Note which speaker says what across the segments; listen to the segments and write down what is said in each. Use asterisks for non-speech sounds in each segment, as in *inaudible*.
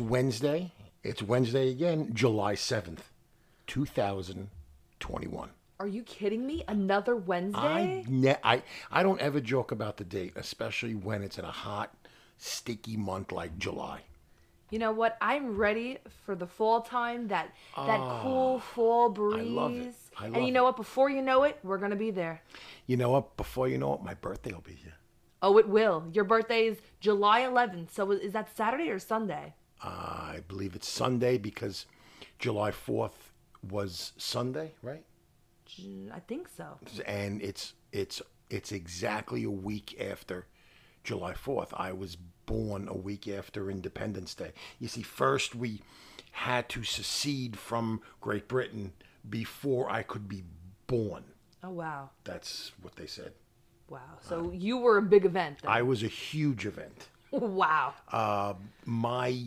Speaker 1: Wednesday. It's Wednesday again, July 7th, 2021.
Speaker 2: Are you kidding me? Another Wednesday?
Speaker 1: I, ne- I, I don't ever joke about the date, especially when it's in a hot, sticky month like July.
Speaker 2: You know what? I'm ready for the fall time, that that cool fall breeze.
Speaker 1: love it. Ah, I
Speaker 2: and
Speaker 1: love
Speaker 2: you know
Speaker 1: it.
Speaker 2: what? Before you know it, we're going to be there.
Speaker 1: You know what? Before you know it, my birthday will be here.
Speaker 2: Oh, it will. Your birthday is July 11th. So is that Saturday or Sunday?
Speaker 1: I believe it's Sunday because July 4th was Sunday, right?
Speaker 2: J- I think so.
Speaker 1: And it's it's it's exactly a week after July 4th. I was born a week after Independence Day. You see, first we had to secede from Great Britain before I could be born.
Speaker 2: Oh, wow.
Speaker 1: That's what they said.
Speaker 2: Wow. So you were a big event. Then.
Speaker 1: I was a huge event.
Speaker 2: *laughs* wow.
Speaker 1: My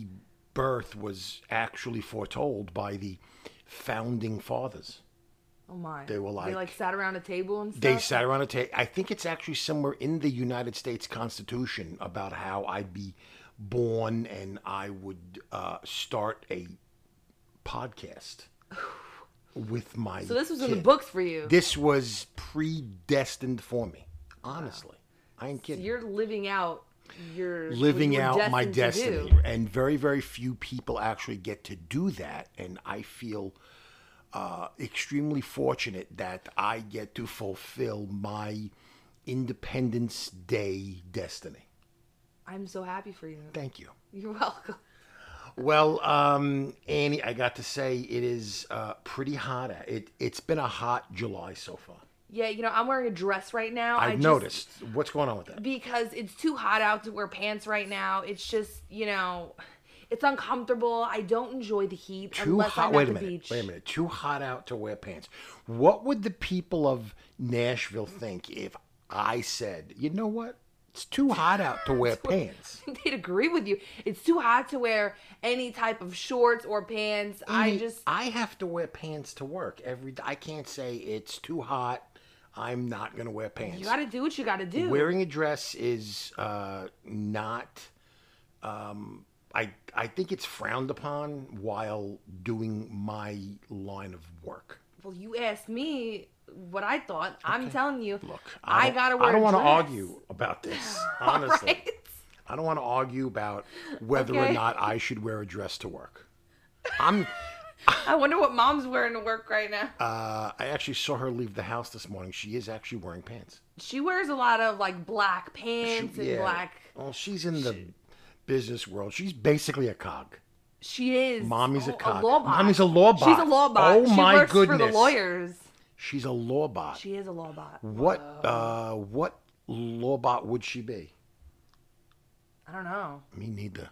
Speaker 1: birth was actually foretold by the founding fathers.
Speaker 2: oh, my.
Speaker 1: they were
Speaker 2: They
Speaker 1: like-
Speaker 2: like sat around a table and stuff?
Speaker 1: They sat around a table. I think it's actually somewhere in the United States Constitution about how I'd be born and I would uh, start a
Speaker 2: *sighs*
Speaker 1: podcast with my.
Speaker 2: so this was in the
Speaker 1: kid.
Speaker 2: books for you.
Speaker 1: This was predestined for me. Honestly, I ain't kidding.
Speaker 2: You're living out your what
Speaker 1: Living
Speaker 2: you were
Speaker 1: out my
Speaker 2: destined to
Speaker 1: destiny,
Speaker 2: do.
Speaker 1: and very, very few people actually get to do that. And I feel uh, extremely fortunate that I get to fulfill my Independence Day destiny.
Speaker 2: I'm so happy for you.
Speaker 1: Thank you.
Speaker 2: You're *laughs* welcome.
Speaker 1: Well, um, Annie, I got to say it is uh, pretty hot. It it's been a hot July so far.
Speaker 2: Yeah, you know, I'm wearing a dress right now.
Speaker 1: I've
Speaker 2: I just-
Speaker 1: noticed. What's going on with that?
Speaker 2: because it's too hot out to wear pants right now. It's just, you know, it's uncomfortable. I don't enjoy the heat
Speaker 1: Too
Speaker 2: unless
Speaker 1: hot.
Speaker 2: I'm
Speaker 1: Wait
Speaker 2: at
Speaker 1: a
Speaker 2: the
Speaker 1: minute.
Speaker 2: beach. *laughs*
Speaker 1: Wait a minute. Too hot out to wear pants. What would the people of Nashville think if I said, you know what? It's too hot out to
Speaker 2: *laughs*
Speaker 1: wear pants.
Speaker 2: They'd agree with you. It's too hot to wear any type of shorts or pants. I
Speaker 1: Annie,
Speaker 2: just
Speaker 1: I have to wear pants to work every. d- I can't say it's too hot. I'm not gonna wear pants.
Speaker 2: you got to do what you got to do.
Speaker 1: Wearing a dress is uh, not. Um, I I think it's frowned upon while doing my line of work.
Speaker 2: well, you asked me what I thought. I'm telling you.
Speaker 1: Look,
Speaker 2: I,
Speaker 1: don't-
Speaker 2: got to wear
Speaker 1: I don't
Speaker 2: want
Speaker 1: wanna
Speaker 2: to *laughs*
Speaker 1: argue about this. Honestly, I don't want to argue about whether
Speaker 2: Okay.
Speaker 1: or not I should wear a dress to work. I'm.
Speaker 2: I wonder what mom's wearing to work right now.
Speaker 1: Uh, I actually saw her leave the house this morning. She is actually wearing pants.
Speaker 2: she wears a lot of like black pants and
Speaker 1: yeah.
Speaker 2: black.
Speaker 1: Well, she's in the business world. She's basically a cog.
Speaker 2: She is.
Speaker 1: Mommy's a
Speaker 2: oh,
Speaker 1: cog.
Speaker 2: law bot.
Speaker 1: Mommy's a law
Speaker 2: She's a
Speaker 1: bot.
Speaker 2: law bot.
Speaker 1: Oh
Speaker 2: she
Speaker 1: my
Speaker 2: works for the
Speaker 1: goodness.
Speaker 2: lawyers.
Speaker 1: She's a law bot.
Speaker 2: She is a law bot.
Speaker 1: what? Uh, what law bot would she be?
Speaker 2: I don't know.
Speaker 1: Me neither.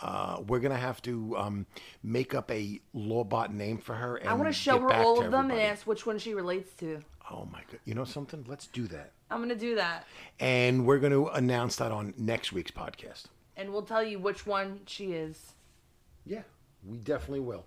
Speaker 1: Uh, we're gonna have to um, make up a lawbot name for her. And
Speaker 2: I want to show
Speaker 1: get
Speaker 2: her
Speaker 1: back
Speaker 2: all
Speaker 1: to
Speaker 2: of them and
Speaker 1: everybody.
Speaker 2: ask which one she relates to.
Speaker 1: Oh my god! You know something? Let's do that,
Speaker 2: I'm gonna do that,
Speaker 1: and we're gonna announce that on next week's podcast.
Speaker 2: and we'll tell you which one she is.
Speaker 1: Yeah, we definitely will.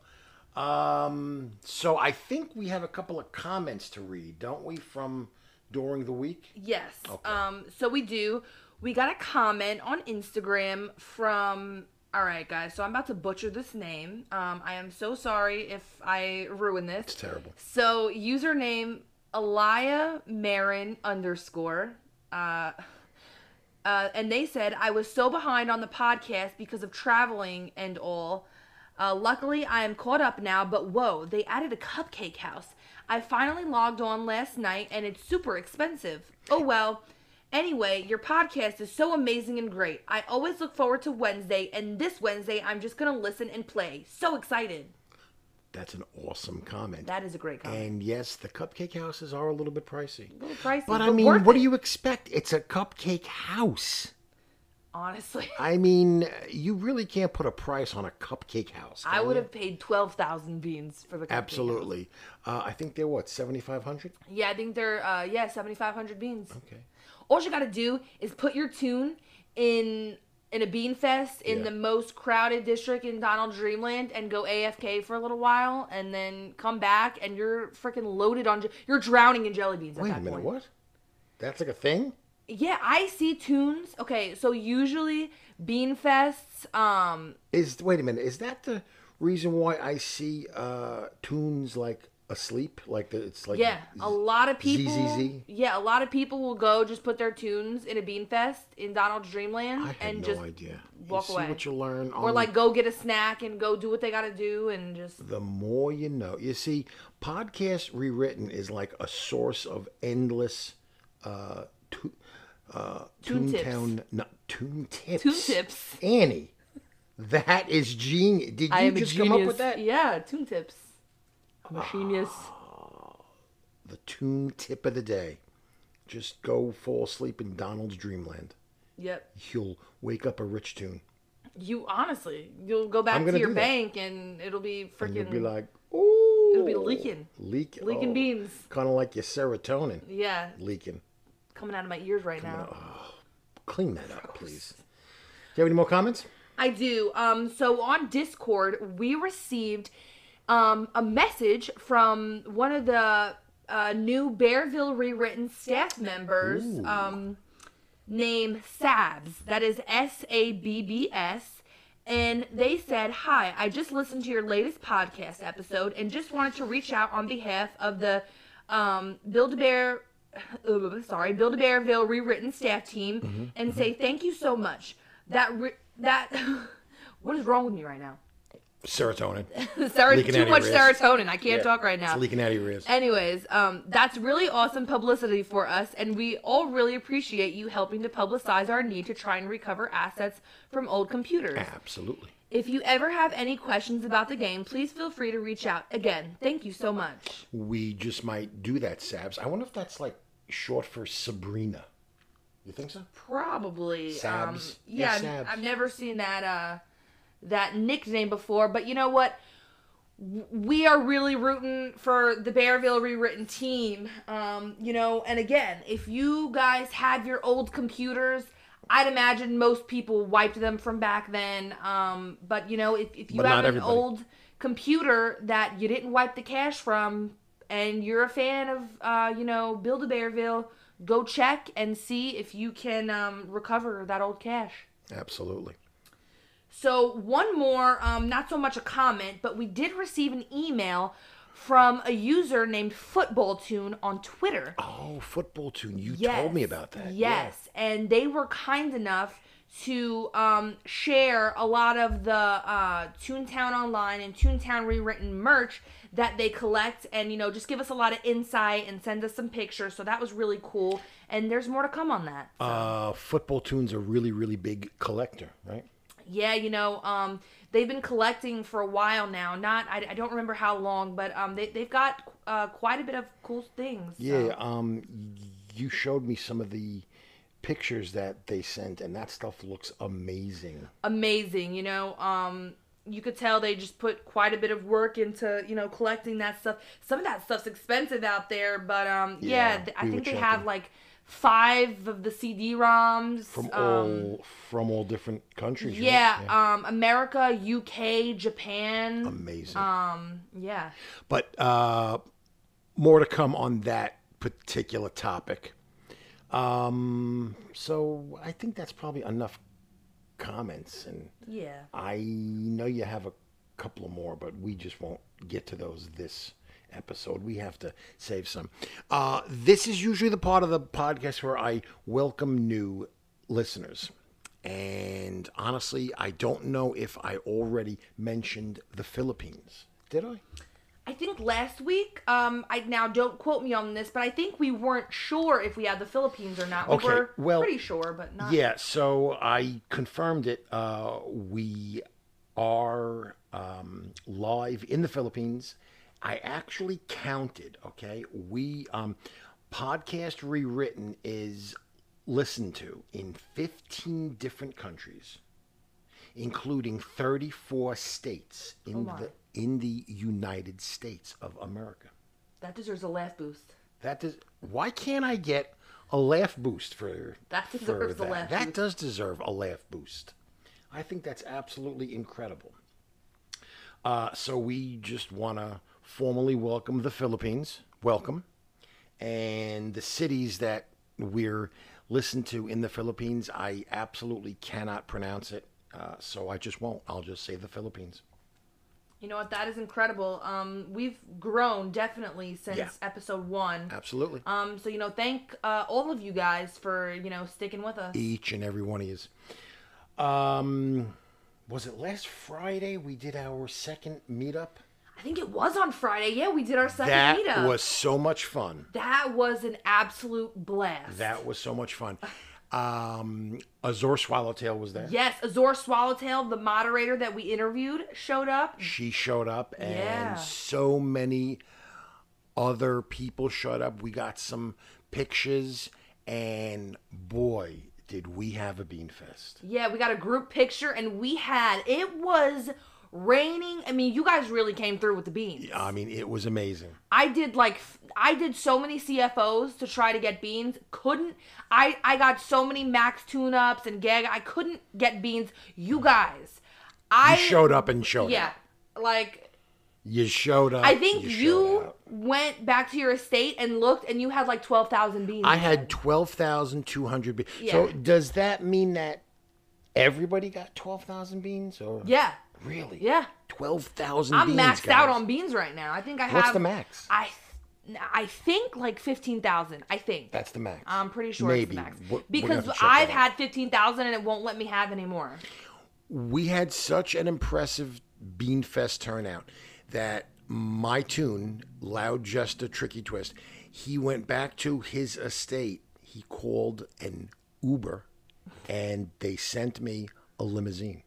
Speaker 1: Um, so I think we have a couple of comments to read, don't we? From during the week.
Speaker 2: Yes. Um. So we do. We got a comment on Instagram from. All right, guys. So I'm about to butcher this name. Um. I am so sorry if I ruin this.
Speaker 1: It's terrible.
Speaker 2: So username Elia Marin underscore. Uh, uh, and they said I was so behind on the podcast because of traveling and all. Uh, luckily, I am caught up now. But whoa, they added a cupcake house. I finally logged on last night, and it's super expensive. Oh well. Anyway, your podcast is so amazing and great. I always look forward to Wednesday, and this Wednesday, I'm just gonna listen and play. So excited!
Speaker 1: That's an awesome comment.
Speaker 2: That is a great comment.
Speaker 1: and yes, the cupcake houses are a little bit pricey.
Speaker 2: little pricey,
Speaker 1: Eh, But I
Speaker 2: but
Speaker 1: mean,
Speaker 2: worth
Speaker 1: what
Speaker 2: it.
Speaker 1: do you expect? It's a cupcake house. *laughs*
Speaker 2: Honestly, *laughs*
Speaker 1: I mean, you really can't put a price on a cupcake house.
Speaker 2: I
Speaker 1: can
Speaker 2: would
Speaker 1: you?
Speaker 2: have paid twelve thousand beans for the cupcake.
Speaker 1: absolutely. Uh, I think they're what seventy five hundred.
Speaker 2: Yeah, I think they're uh, yeah seventy five hundred beans.
Speaker 1: Okay.
Speaker 2: All you gotta do is put your tune in in a bean fest in
Speaker 1: Yeah.
Speaker 2: the most crowded district in Donald Dreamland and go AFK for a little while and then come back and you're freaking loaded on. je- You're drowning in jelly beans at
Speaker 1: Wait
Speaker 2: that
Speaker 1: a minute.
Speaker 2: point.
Speaker 1: What? That's like a thing.
Speaker 2: Yeah, I see tunes. Okay, so usually bean fests. Um,
Speaker 1: Is wait a minute, is that the reason why I see uh tunes like asleep? Like the, it's like
Speaker 2: yeah, a lot of people.
Speaker 1: ZZZ?
Speaker 2: Yeah, a lot of people will go just put their tunes in a bean fest in Donald's Dreamland
Speaker 1: I had
Speaker 2: and
Speaker 1: no
Speaker 2: just
Speaker 1: idea. Oh.
Speaker 2: walk
Speaker 1: you
Speaker 2: away.
Speaker 1: See what you learn on
Speaker 2: or like go get a snack and go do what they got to do and just
Speaker 1: the more you know. You see, podcast rewritten is like a source of endless uh, to, uh,
Speaker 2: Tune tips.
Speaker 1: Toontown, no, tune tips.
Speaker 2: Tune tips.
Speaker 1: Annie, that is genius. Did you
Speaker 2: I am
Speaker 1: just
Speaker 2: a
Speaker 1: come
Speaker 2: genius.
Speaker 1: up with that?
Speaker 2: Yeah, tune tips. I'm a genius.
Speaker 1: The tune tip of the day. Just go fall asleep in Donald's dreamland.
Speaker 2: Yep.
Speaker 1: You'll wake up a rich tune.
Speaker 2: You honestly, you'll go back
Speaker 1: I'm
Speaker 2: to
Speaker 1: gonna
Speaker 2: your
Speaker 1: do that.
Speaker 2: bank and it'll be
Speaker 1: And you'll
Speaker 2: freaking
Speaker 1: be like, oh. ooh.
Speaker 2: Mm. it'll be leaking.
Speaker 1: Leak,
Speaker 2: Leaking beans.
Speaker 1: Kind of like your serotonin.
Speaker 2: yeah,
Speaker 1: Leaking.
Speaker 2: coming out of my ears right now.
Speaker 1: Clean that up, please. Do you have any more comments?
Speaker 2: I do. Um, so on Discord, we received um, a message from one of the uh, new Bearville rewritten staff members,
Speaker 1: Ooh.
Speaker 2: um, named Sabs. That is S A B B S. And they said, Hi, I just listened to your latest podcast episode and just wanted to reach out on behalf of the um, Build a Bear, sorry, Build a Bearville rewritten staff team
Speaker 1: Mm-hmm,
Speaker 2: and say thank you so much. That, re- that, *laughs* what is wrong with me right now? *laughs*
Speaker 1: Serotonin.
Speaker 2: Sero-
Speaker 1: Leaking out
Speaker 2: too
Speaker 1: of
Speaker 2: much
Speaker 1: your ears.
Speaker 2: serotonin. I can't
Speaker 1: Yeah.
Speaker 2: talk right now.
Speaker 1: It's leaking out of your ears.
Speaker 2: Anyways, um, that's really awesome publicity for us, and we all really appreciate you helping to publicize our need to try and recover assets from old computers.
Speaker 1: Absolutely.
Speaker 2: If you ever have any questions about the game, please feel free to reach out. Again, thank you so much.
Speaker 1: We just might do that, Sabs. I wonder if that's like short for Sabrina. You think so?
Speaker 2: Probably. Um,
Speaker 1: Sabs.
Speaker 2: yeah,
Speaker 1: Yeah,
Speaker 2: I've-
Speaker 1: Sabs.
Speaker 2: I've never seen that uh, that nickname before, but you know what? W- We are really rooting for the Bearville rewritten team. Um, you know, and again, if you guys have your old computers, I'd imagine most people wiped them from back then. Um, but you know, if, if you
Speaker 1: But
Speaker 2: have
Speaker 1: not
Speaker 2: an
Speaker 1: everybody.
Speaker 2: old computer that you didn't wipe the cache from, and you're a fan of, uh, you know, Build a Bearville, go check and see if you can um, recover that old cache.
Speaker 1: Absolutely.
Speaker 2: So one more, um, not so much a comment, but we did receive an email from a user named Football Tune on Twitter.
Speaker 1: Oh, football tune. You
Speaker 2: Yes.
Speaker 1: told me about that. Yeah.
Speaker 2: Yes, and they were kind enough to um, share a lot of the uh, Toontown Online and Toontown Rewritten merch that they collect, and you know, just give us a lot of insight and send us some pictures. So that was really cool, and there's more to come on that.
Speaker 1: Uh, football tune's a really, really big collector, right?
Speaker 2: yeah you know um they've been collecting for a while now not i, I don't remember how long but um they, they've got uh, quite a bit of cool things so.
Speaker 1: Yeah. Um, you showed me some of the pictures that they sent, and that stuff looks amazing.
Speaker 2: amazing you know um you could tell they just put quite a bit of work into you know collecting that stuff some of that stuff's expensive out there but um yeah,
Speaker 1: Yeah,
Speaker 2: th- i
Speaker 1: we
Speaker 2: think
Speaker 1: were
Speaker 2: they have
Speaker 1: checking.
Speaker 2: like five of the cd roms
Speaker 1: From
Speaker 2: um
Speaker 1: all from all different countries. right?
Speaker 2: yeah, um america uk japan
Speaker 1: Amazing.
Speaker 2: um yeah
Speaker 1: But uh, more to come on that particular topic. Um, so I think that's probably enough comments, and
Speaker 2: yeah
Speaker 1: I know you have a couple more, but we just won't get to those this episode. We have to save some. Uh, this is usually the part of the podcast where I welcome new listeners. And honestly, I don't know if I already mentioned the Philippines. Did I?
Speaker 2: I think last week, um, I now don't quote me on this, but I think we weren't sure if we had the Philippines or not. We
Speaker 1: Okay,
Speaker 2: were
Speaker 1: well,
Speaker 2: pretty sure, but not.
Speaker 1: Yeah, so I confirmed it. Uh, we are um, live in the Philippines. I actually counted. Okay, we um, podcast rewritten is listened to in 15 different countries, including 34 states in
Speaker 2: Oh, my.
Speaker 1: the in the United States of America.
Speaker 2: That deserves a laugh boost.
Speaker 1: That does. Why can't I get a laugh boost for
Speaker 2: That
Speaker 1: for
Speaker 2: deserves a
Speaker 1: that?
Speaker 2: laugh
Speaker 1: That
Speaker 2: boost.
Speaker 1: does deserve a laugh boost. I think that's absolutely incredible. Uh, so we just want to formally welcome the Philippines. Welcome, and the cities that we're listened to in the Philippines. I absolutely cannot pronounce it, uh, so I just won't. I'll just say the Philippines.
Speaker 2: You know what? That is incredible. Um, we've grown definitely since
Speaker 1: Yeah. Uh,
Speaker 2: episode one.
Speaker 1: Absolutely.
Speaker 2: Um, so you know, thank uh, all of you guys for you know sticking with us.
Speaker 1: Each and every one of yous. Um, was it last Friday we did our second meetup?
Speaker 2: I think it was on Friday. Yeah, we did our second
Speaker 1: that
Speaker 2: meetup.
Speaker 1: was so much fun.
Speaker 2: that was an absolute blast.
Speaker 1: That was so much fun. Um, Azor Swallowtail was there.
Speaker 2: yes, Azor Swallowtail, the moderator that we interviewed, showed up.
Speaker 1: She showed up, and
Speaker 2: Yeah.
Speaker 1: so many other people showed up. We got some pictures, and boy, did we have a bean fest!
Speaker 2: Yeah, we got a group picture, and we had it was raining. I mean, you guys really came through with the beans.
Speaker 1: I mean, it was amazing.
Speaker 2: I did like f- I did so many CFOs to try to get beans. Couldn't I? I got so many max tune ups and gag. I couldn't get beans. You guys, I
Speaker 1: You showed up and showed
Speaker 2: yeah.
Speaker 1: up.
Speaker 2: Like
Speaker 1: You showed up.
Speaker 2: I think you,
Speaker 1: showed up.
Speaker 2: went back to your estate and looked, and you had like twelve thousand beans.
Speaker 1: I had twelve thousand two hundred. Be- So
Speaker 2: Yeah.
Speaker 1: does that mean that everybody got twelve thousand beans? Or
Speaker 2: yeah,
Speaker 1: really?
Speaker 2: yeah.
Speaker 1: twelve thousand.
Speaker 2: I'm
Speaker 1: beans,
Speaker 2: maxed
Speaker 1: guys.
Speaker 2: out on beans right now. I think I have.
Speaker 1: What's the max?
Speaker 2: I th- I think like fifteen thousand. I think.
Speaker 1: That's the max.
Speaker 2: I'm pretty sure it's
Speaker 1: Maybe.
Speaker 2: the max
Speaker 1: We're- we're gonna have
Speaker 2: because
Speaker 1: to check that
Speaker 2: I've
Speaker 1: out.
Speaker 2: had fifteen thousand and it won't let me have any more.
Speaker 1: we had such an impressive Bean Fest turnout that my tune, Loud Just a Tricky Twist, he went back to his estate. He called an Uber and they sent me a limousine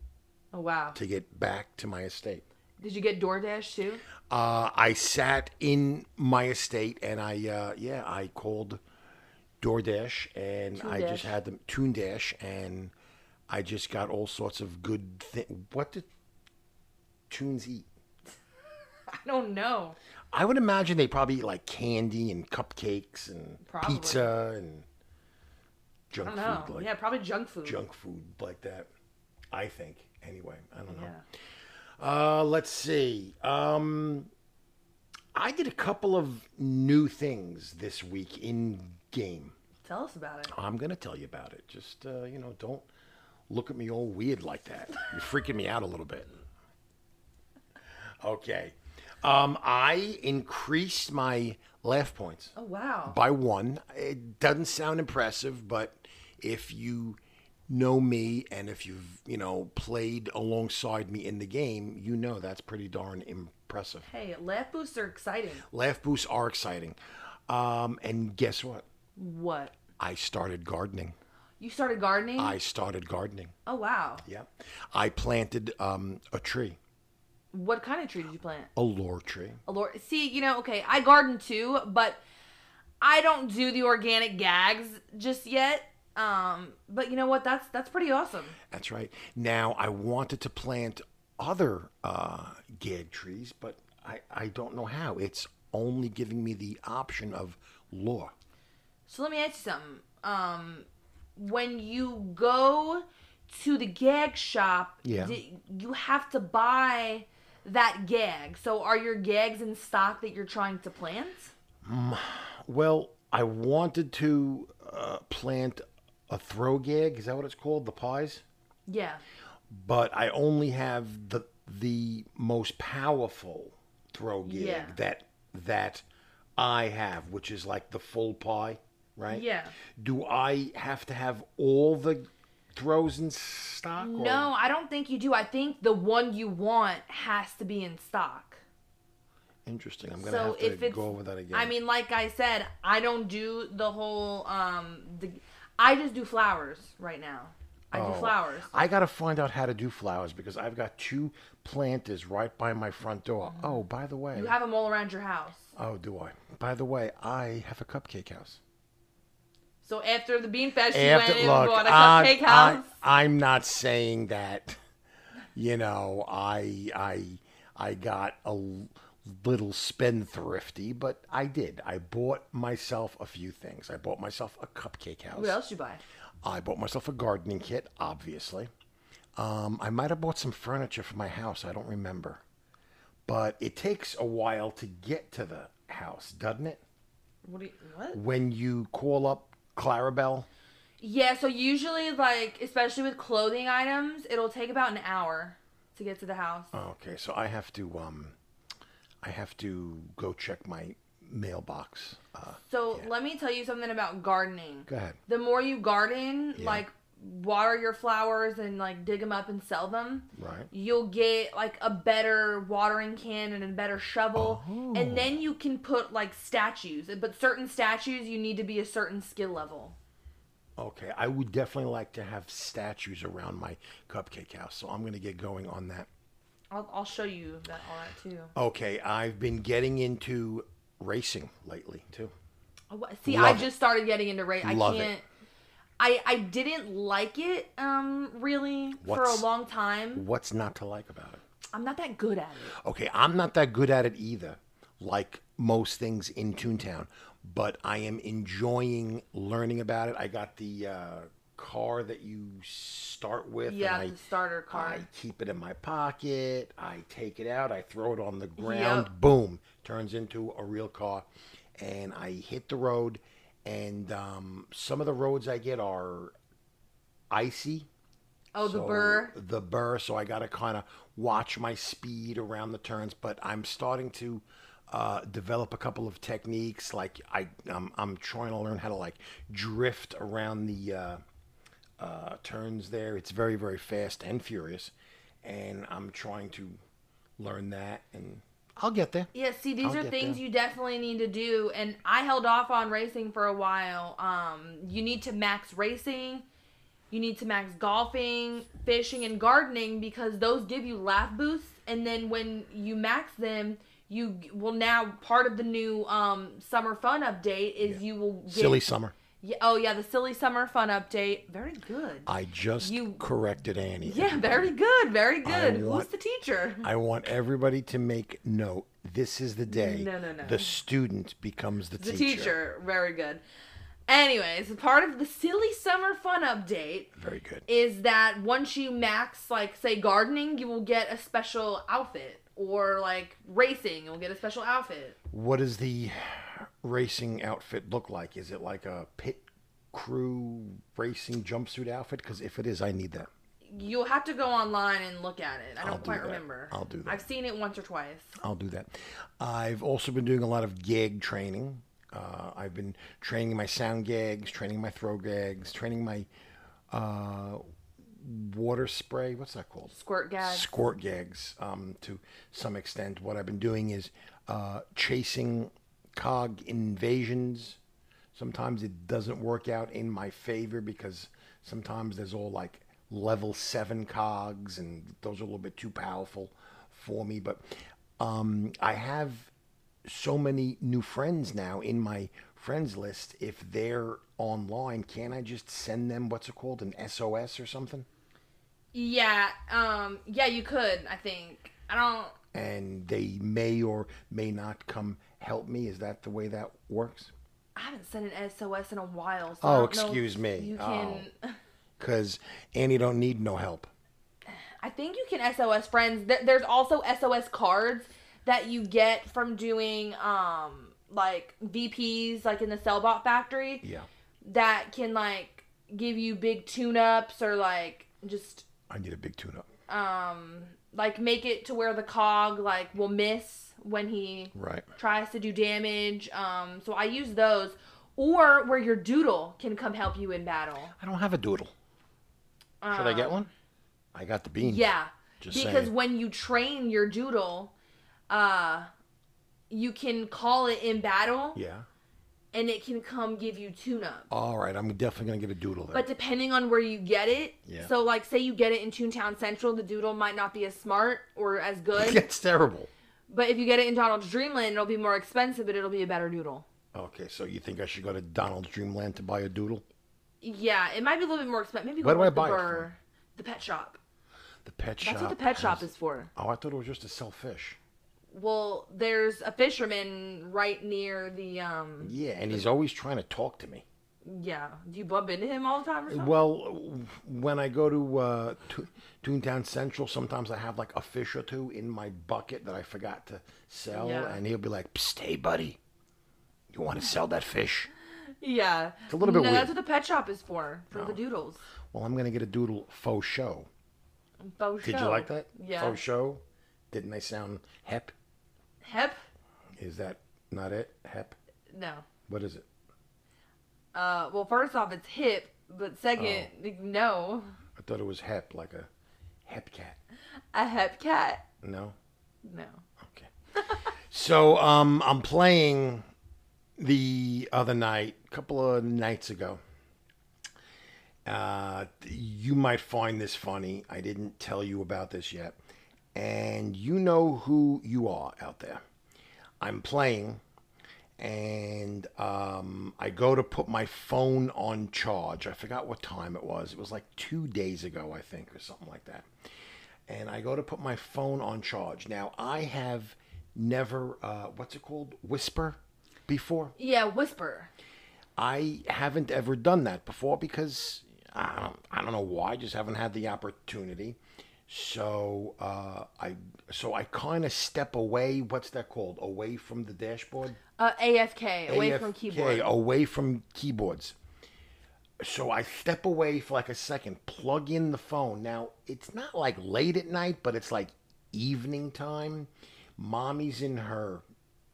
Speaker 2: Oh wow!
Speaker 1: to get back to my estate.
Speaker 2: Did you get DoorDash too?
Speaker 1: Uh, I sat in my estate and I, uh, yeah, I called DoorDash and I
Speaker 2: Dash.
Speaker 1: just had them Toon Dash and I just got all sorts of good things. What did Toons eat?
Speaker 2: I don't know.
Speaker 1: I would imagine they probably eat like candy and cupcakes and
Speaker 2: Probably.
Speaker 1: pizza and junk
Speaker 2: I don't
Speaker 1: food,
Speaker 2: know.
Speaker 1: like
Speaker 2: yeah, probably junk food.
Speaker 1: junk food like that. I think. Anyway, I don't know.
Speaker 2: Yeah.
Speaker 1: Uh, let's see. Um, I did a couple of new things this week in game.
Speaker 2: Tell us about it.
Speaker 1: I'm gonna tell you about it. Just uh, you know, don't look at me all weird like that. You're freaking me out a little bit. Okay. Um, I increased my laugh points
Speaker 2: Oh wow!
Speaker 1: by one. It doesn't sound impressive, but if you know me and if you've you know played alongside me in the game, you know that's pretty darn impressive.
Speaker 2: Hey, laugh boosts are exciting.
Speaker 1: Laugh boosts are exciting, um, and guess what?
Speaker 2: What?
Speaker 1: I started gardening.
Speaker 2: You started gardening?
Speaker 1: I started gardening.
Speaker 2: oh wow!
Speaker 1: Yeah, I planted um, a tree,
Speaker 2: What kind of tree did you plant?
Speaker 1: a lore tree.
Speaker 2: A lor- See, you know, okay, I garden too, but I don't do the organic gags just yet. Um, but you know what? That's that's pretty awesome.
Speaker 1: That's right. Now I wanted to plant other uh, gad trees, but I, I don't know how. It's only giving me the option of law.
Speaker 2: So let me ask you something. Um, when you go to the gag shop,
Speaker 1: Yeah.
Speaker 2: d- you have to buy that gag. So are your gags in stock that you're trying to plant?
Speaker 1: Well, I wanted to uh, plant a throw gag. Is that what it's called? The pies.
Speaker 2: Yeah.
Speaker 1: But I only have the the most powerful throw gig
Speaker 2: Yeah.
Speaker 1: that that I have, which is like the full pie, right?
Speaker 2: Yeah.
Speaker 1: Do I have to have all the throws in stock? or-
Speaker 2: No, I don't think you do. I think the one you want has to be in stock.
Speaker 1: Interesting. I'm gonna
Speaker 2: So
Speaker 1: have
Speaker 2: if
Speaker 1: to
Speaker 2: it's
Speaker 1: go over that again.
Speaker 2: I mean, like I said, I don't do the whole um the I just do flowers right now. I do
Speaker 1: Oh.
Speaker 2: flowers.
Speaker 1: I gotta find out how to do flowers because I've got two planters right by my front door. Oh, by the way.
Speaker 2: Mm. You have them all around your house.
Speaker 1: oh, do I? By the way, I have a cupcake house.
Speaker 2: So after the bean fest, she
Speaker 1: After
Speaker 2: went and
Speaker 1: look,
Speaker 2: bought a
Speaker 1: I-
Speaker 2: cupcake
Speaker 1: I,
Speaker 2: house.
Speaker 1: am not saying that. You know, I I I got a l- little spendthrifty, but I did. I bought myself a few things. I bought myself a cupcake house.
Speaker 2: what else you buy?
Speaker 1: I bought myself a gardening kit, obviously. Um, I might have bought some furniture for my house. I don't remember. But it takes a while to get to the house, doesn't it?
Speaker 2: What? Do you, what?
Speaker 1: When you call up Clarabelle
Speaker 2: Yeah, so usually, like, especially with clothing items, it'll take about an hour to get to the house.
Speaker 1: Okay, so I have to um, I have to go check my mailbox. Uh,
Speaker 2: So let me tell you something about gardening.
Speaker 1: go ahead.
Speaker 2: The more you garden,
Speaker 1: Yeah.
Speaker 2: like, water your flowers and, like, dig them up and sell them,
Speaker 1: Right.
Speaker 2: you'll get, like, a better watering can and a better shovel.
Speaker 1: Oh.
Speaker 2: And then you can put, like, statues. But certain statues, you need to be a certain skill level.
Speaker 1: Okay, I would definitely like to have statues around my cupcake house, so I'm gonna get going on that.
Speaker 2: I'll, I'll show you that all that too.
Speaker 1: Okay, I've been getting into racing lately too.
Speaker 2: Oh, wha- See,
Speaker 1: Love
Speaker 2: I
Speaker 1: it.
Speaker 2: just started getting into race. I
Speaker 1: Love it.
Speaker 2: can't. I I didn't like it um really for
Speaker 1: What's-
Speaker 2: a long time.
Speaker 1: What's not to like about it?
Speaker 2: I'm not that good at it.
Speaker 1: Okay, I'm not that good at it either, like most things in Toontown, but I am enjoying learning about it. I got the uh, car that you start with.
Speaker 2: Yeah,
Speaker 1: and I,
Speaker 2: the starter
Speaker 1: I
Speaker 2: card.
Speaker 1: keep it in my pocket. I take it out. I throw it on the ground. Boom. Turns into a real car. And I hit the road. And um, some of the roads I get are icy.
Speaker 2: Oh, the
Speaker 1: so-
Speaker 2: burr.
Speaker 1: The burr. So I got to kind of watch my speed around the turns. But I'm starting to. Uh, develop a couple of techniques like I um, I'm trying to learn how to like drift around the uh, uh, turns there. It's very, very fast and furious, and I'm trying to learn that, and I'll get there.
Speaker 2: Yeah, see, these
Speaker 1: I'll
Speaker 2: are
Speaker 1: get
Speaker 2: things
Speaker 1: there.
Speaker 2: you definitely need to do. And I held off on racing for a while. Um, you need to max racing. You need to max golfing, fishing, and gardening because those give you laugh boosts. And then when you max them, you g- will now part of the new um, summer fun update is you will get
Speaker 1: Silly summer.
Speaker 2: Yeah, oh yeah, the silly summer fun update. Very good.
Speaker 1: I just
Speaker 2: You-
Speaker 1: corrected Annie.
Speaker 2: Yeah, very good, very good. Who's
Speaker 1: want-
Speaker 2: the teacher?
Speaker 1: I want everybody to make note. This is the day
Speaker 2: No, no, no.
Speaker 1: the student becomes the,
Speaker 2: the teacher. Very good. Anyways, part of the silly summer fun update
Speaker 1: Very good.
Speaker 2: is that once you max, like, say, gardening, you will get a special outfit. Or, like, racing, you'll get a special outfit.
Speaker 1: What does the racing outfit look like? Is it like a pit crew racing jumpsuit outfit? Because if it is, I need that.
Speaker 2: You'll have to go online and look at it. I don't
Speaker 1: I'll do
Speaker 2: quite
Speaker 1: that.
Speaker 2: remember.
Speaker 1: I'll do that.
Speaker 2: I've seen it once or twice.
Speaker 1: I'll do that. I've also been doing a lot of gag training. Uh, I've been training my sound gags, training my throw gags, training my uh, water spray. What's that called?
Speaker 2: Squirt gag.
Speaker 1: Squirt gags um, to some extent. What I've been doing is uh, chasing cog invasions. Sometimes it doesn't work out in my favor because sometimes there's all like level seven cogs, and those are a little bit too powerful for me. But um, I have so many new friends now in my friends list. If they're online, can't I just send them what's it called? An SOS or something?
Speaker 2: Yeah, um, yeah, you could, I think. I don't.
Speaker 1: and they may or may not come help me. Is that the way that works?
Speaker 2: I haven't sent an SOS in a while. So
Speaker 1: Oh,
Speaker 2: I don't know
Speaker 1: excuse
Speaker 2: if
Speaker 1: me.
Speaker 2: You
Speaker 1: Oh.
Speaker 2: can.
Speaker 1: Because Annie don't need no help.
Speaker 2: I think you can SOS friends. Th- There's also SOS cards that you get from doing um like VPs like in the Cellbot factory
Speaker 1: Yeah,
Speaker 2: that can like give you big tune-ups or like just
Speaker 1: I need a big tune-up.
Speaker 2: um like make it to where the cog like will miss when he
Speaker 1: Right.
Speaker 2: tries to do damage. Um so I use those or where your doodle can come help you in battle.
Speaker 1: I don't have a doodle. Should I get one? I got the bean.
Speaker 2: Uh, Yeah.
Speaker 1: Just
Speaker 2: because
Speaker 1: saying.
Speaker 2: when you train your doodle, uh you can call it in battle
Speaker 1: Yeah.
Speaker 2: and it can come give you tune up.
Speaker 1: All right, I'm definitely gonna get a doodle then. *laughs*
Speaker 2: But depending on where you get it,
Speaker 1: Yeah.
Speaker 2: so like say you get it in Toontown Central, the doodle might not be as smart or as
Speaker 1: *laughs*
Speaker 2: good.
Speaker 1: That's terrible.
Speaker 2: but if you get it in Donald's Dreamland, it'll be more expensive, but it'll be a better doodle.
Speaker 1: Okay, so you think I should go to Donald's Dreamland to buy a doodle?
Speaker 2: Yeah, it might be a little bit more expensive. Maybe
Speaker 1: Where
Speaker 2: go
Speaker 1: do I
Speaker 2: with the
Speaker 1: buy it
Speaker 2: burr.
Speaker 1: from?
Speaker 2: The pet shop.
Speaker 1: The pet shop.
Speaker 2: That's what the pet shop
Speaker 1: has-
Speaker 2: is for.
Speaker 1: Oh, I thought it was just to sell fish.
Speaker 2: Well, there's a fisherman right near the um
Speaker 1: Yeah, and he's always trying to talk to me.
Speaker 2: Yeah. Do you bump into him all the time or something?
Speaker 1: Well, when I go to uh, to- Toontown Central, sometimes I have like a fish or two in my bucket that I forgot to sell,
Speaker 2: Yeah.
Speaker 1: and he'll be like, "Psst, hey, buddy, you want to sell that fish?"
Speaker 2: Yeah.
Speaker 1: It's a little bit
Speaker 2: No, that's
Speaker 1: weird.
Speaker 2: what the pet shop is for, for the
Speaker 1: Oh.
Speaker 2: doodles.
Speaker 1: Well, I'm gonna get a doodle faux show.
Speaker 2: Faux
Speaker 1: Did
Speaker 2: show.
Speaker 1: you like that?
Speaker 2: Yeah.
Speaker 1: Faux show. Didn't I sound hep?
Speaker 2: Hep?
Speaker 1: Is that not it? Hep.
Speaker 2: No.
Speaker 1: What is it?
Speaker 2: Uh, well, first off, it's hip, but second,
Speaker 1: Oh.
Speaker 2: no.
Speaker 1: I thought it was hep, like a hep cat.
Speaker 2: A hep cat?
Speaker 1: No.
Speaker 2: No.
Speaker 1: Okay. so um, I'm playing the other night, a couple of nights ago. Uh, you might find this funny. I didn't tell you about this yet. And you know who you are out there. I'm playing, and um, I go to put my phone on charge. I forgot what time it was. It was like two days ago, I think, or something like that and I go to put my phone on charge. Now I have never uh, what's it called whisper before.
Speaker 2: Yeah, whisper.
Speaker 1: I haven't ever done that before because I don't, I don't know why. I just haven't had the opportunity. So uh, I so I kind of step away. What's that called? Away from the dashboard.
Speaker 2: Uh, AFK, away from
Speaker 1: AFK,
Speaker 2: keyboard.
Speaker 1: Away from keyboards. So I step away for like a second, plug in the phone. Now, it's not like late at night, but it's like evening time. Mommy's in her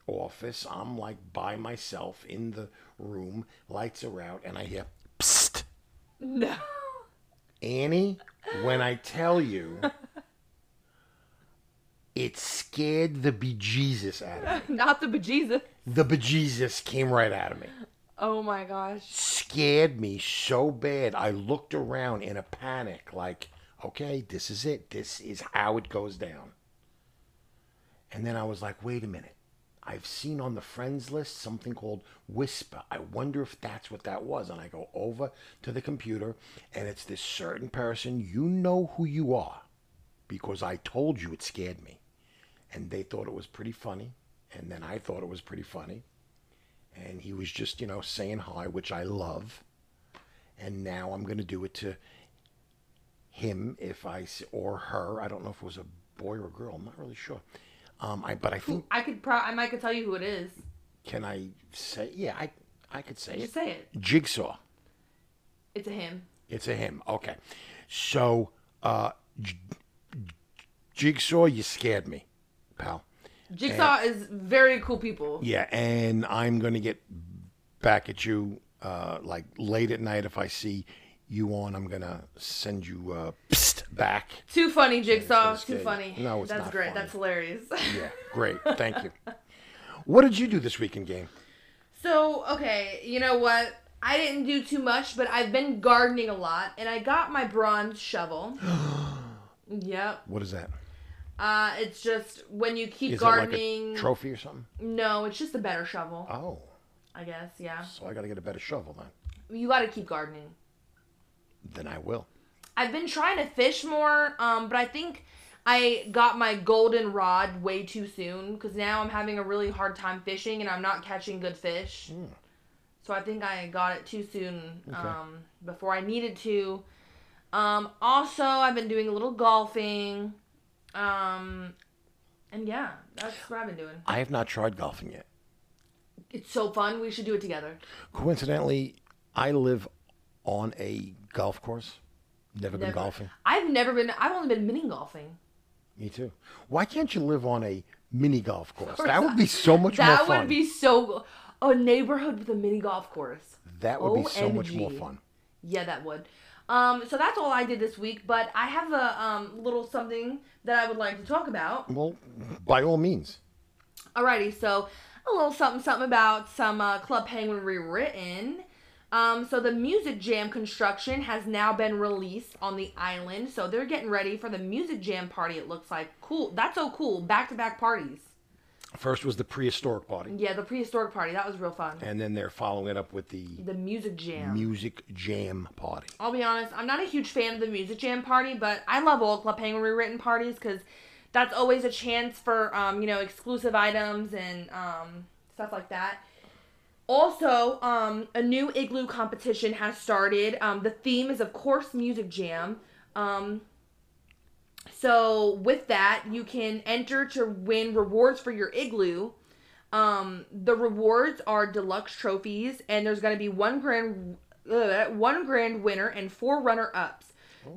Speaker 1: office. I'm like by myself in the room. Lights are out, and I hear, psst.
Speaker 2: No. *laughs*
Speaker 1: Annie, when I tell you, it scared the bejesus out of me.
Speaker 2: Not the bejesus.
Speaker 1: The bejesus came right out of me.
Speaker 2: Oh my gosh.
Speaker 1: scared me so bad. I looked around in a panic, like, okay, this is it. This is how it goes down. And then I was like, wait a minute. I've seen on the friends list something called Whisper. I wonder if that's what that was. And I go over to the computer, and it's this certain person. You know who you are because I told you it scared me. And they thought it was pretty funny. And then I thought it was pretty funny and he was just you know saying hi which i love and now i'm going to do it to him if i s- or her i don't know if it was a boy or a girl i'm not really sure um i but i think
Speaker 2: I could pro I might could tell you who it is.
Speaker 1: can i say yeah i i could say it
Speaker 2: Just say it.
Speaker 1: jigsaw
Speaker 2: It's a him.
Speaker 1: it's a him okay so uh J- J- jigsaw you scared me pal
Speaker 2: Jigsaw is very cool people.
Speaker 1: Yeah, and I'm going to get back at you uh, like late at night if I see you on. I'm going to send you uh, psst back.
Speaker 2: Too funny, Jigsaw.
Speaker 1: it's
Speaker 2: Too
Speaker 1: good.
Speaker 2: funny.
Speaker 1: No, it's
Speaker 2: That's
Speaker 1: not
Speaker 2: great.
Speaker 1: funny.
Speaker 2: That's hilarious.
Speaker 1: Yeah, great. Thank you. What did you do this weekend, game?
Speaker 2: *laughs* so, okay, you know what? I didn't do too much, but I've been gardening a lot, and I got my bronze shovel.
Speaker 1: *gasps*
Speaker 2: yep.
Speaker 1: What is that?
Speaker 2: Uh, it's just when you keep
Speaker 1: Is
Speaker 2: gardening.
Speaker 1: that like a trophy or something?
Speaker 2: no, it's just a better shovel,
Speaker 1: Oh,
Speaker 2: I guess. Yeah,
Speaker 1: so I got to get a better shovel then.
Speaker 2: you got to keep gardening.
Speaker 1: Then I will.
Speaker 2: I've been trying to fish more, um, but I think I got my golden rod way too soon because now I'm having a really hard time fishing and I'm not catching good fish.
Speaker 1: Hmm.
Speaker 2: So I think I got it too soon um, before I needed to. Um, also, I've been doing a little golfing. Um, and yeah, that's what I've been doing.
Speaker 1: I have not tried golfing yet.
Speaker 2: It's so fun. We should do it together.
Speaker 1: Coincidentally, I live on a golf course. Never, been
Speaker 2: Never-
Speaker 1: golfing.
Speaker 2: I've never been. I've only been mini golfing.
Speaker 1: Me too. Why can't you live on a mini golf course? That would be so much more
Speaker 2: That
Speaker 1: fun.
Speaker 2: would be so. A neighborhood with a mini golf course.
Speaker 1: That would
Speaker 2: Oh,
Speaker 1: be so much more
Speaker 2: OMG.
Speaker 1: fun.
Speaker 2: Yeah, that would. Um, so that's all I did this week, but I have a um, little something that I would like to talk about.
Speaker 1: Well, by all means.
Speaker 2: Alrighty, so a little something something about some uh, Club Penguin rewritten. Um, so the Music Jam construction has now been released on the island, so they're getting ready for the Music Jam party. It looks like cool. That's so cool. Back to back parties.
Speaker 1: First was the prehistoric party,
Speaker 2: Yeah, the prehistoric party that was real fun.
Speaker 1: and then they're following it up with the
Speaker 2: The Music Jam.
Speaker 1: music jam party.
Speaker 2: I'll be honest, I'm not a huge fan of the Music Jam party, but I love old Club Penguin rewritten parties because that's always a chance for, um, you know, exclusive items and um, stuff like that. Also, um, a new igloo competition has started. Um, the theme is, of course, Music Jam. Um, so, with that, you can enter to win rewards for your igloo. Um, the rewards are deluxe trophies, and there's going to be one grand, uh, one grand winner and four runner ups.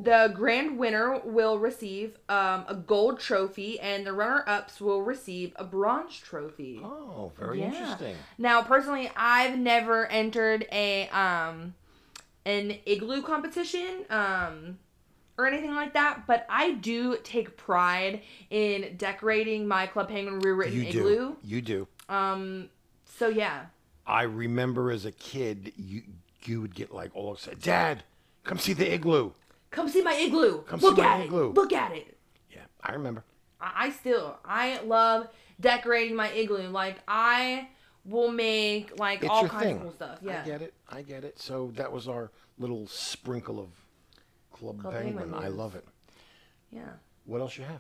Speaker 2: The grand winner will receive um, a gold trophy, and the runner ups will receive a bronze trophy.
Speaker 1: Oh, very
Speaker 2: Yeah.
Speaker 1: interesting.
Speaker 2: Now, personally, I've never entered a um an igloo competition um or anything like that, but I do take pride in decorating my Club Penguin rewritten
Speaker 1: You
Speaker 2: igloo.
Speaker 1: do. You do.
Speaker 2: Um so yeah.
Speaker 1: I remember as a kid, you you would get like all excited. Dad, come see the igloo.
Speaker 2: Come see my igloo.
Speaker 1: Come see
Speaker 2: Look
Speaker 1: my
Speaker 2: at
Speaker 1: igloo.
Speaker 2: it. Look at it.
Speaker 1: Yeah, I remember.
Speaker 2: I I still I love decorating my igloo. Like I will make like
Speaker 1: It's
Speaker 2: all
Speaker 1: your
Speaker 2: kinds
Speaker 1: thing.
Speaker 2: of cool stuff. Yeah.
Speaker 1: I get it. I get it. So that was our little sprinkle of Club,
Speaker 2: Club
Speaker 1: Penguin.
Speaker 2: Penguin,
Speaker 1: I
Speaker 2: yes.
Speaker 1: love it.
Speaker 2: Yeah.
Speaker 1: What else you have?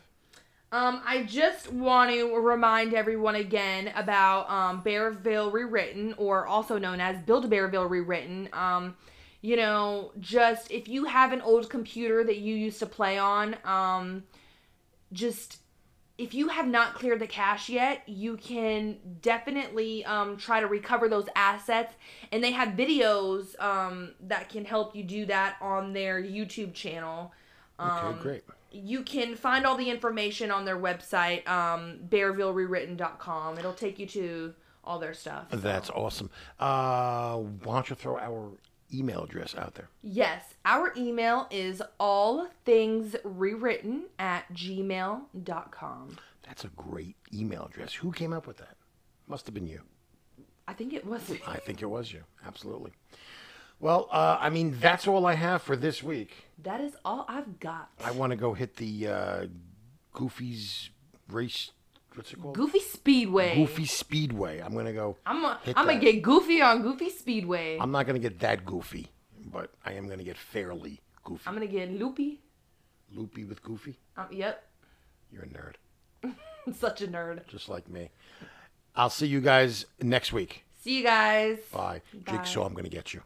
Speaker 2: Um, I just want to remind everyone again about um, Bearville Rewritten, or also known as Build a Bearville Rewritten. Um, you know, just if you have an old computer that you used to play on, um, just if you have not cleared the cache yet, you can definitely um, try to recover those assets. And they have videos um, that can help you do that on their YouTube channel.
Speaker 1: Okay,
Speaker 2: Um,
Speaker 1: great.
Speaker 2: you can find all the information on their website, um, bearville.rewritten.com. It'll take you to all their stuff. so.
Speaker 1: That's awesome. Uh, why don't you throw our email address out there?
Speaker 2: Yes, our email is allthingsrewritten at gmail.com.
Speaker 1: That's a great email address. Who came up with that? Must have been you.
Speaker 2: I think it was.
Speaker 1: I think it was you. Absolutely. Well, uh, I mean, that's all I have for this week.
Speaker 2: That is all I've got.
Speaker 1: I want to go hit the uh, Goofy's race. What's it called?
Speaker 2: Goofy Speedway.
Speaker 1: Goofy Speedway. I'm gonna go.
Speaker 2: I'm gonna
Speaker 1: Hit
Speaker 2: I'm
Speaker 1: that.
Speaker 2: get goofy on Goofy Speedway. I'm,
Speaker 1: I'm not gonna get that goofy, but I am gonna get fairly goofy.
Speaker 2: gonna get loopy.
Speaker 1: Loopy with goofy.
Speaker 2: Um, yep, *laughs*
Speaker 1: You're a nerd,
Speaker 2: I'm such a nerd.
Speaker 1: just like me. I'll see you guys next week.
Speaker 2: See you guys.
Speaker 1: Bye,
Speaker 2: Bye.
Speaker 1: Jigsaw. I'm gonna get you.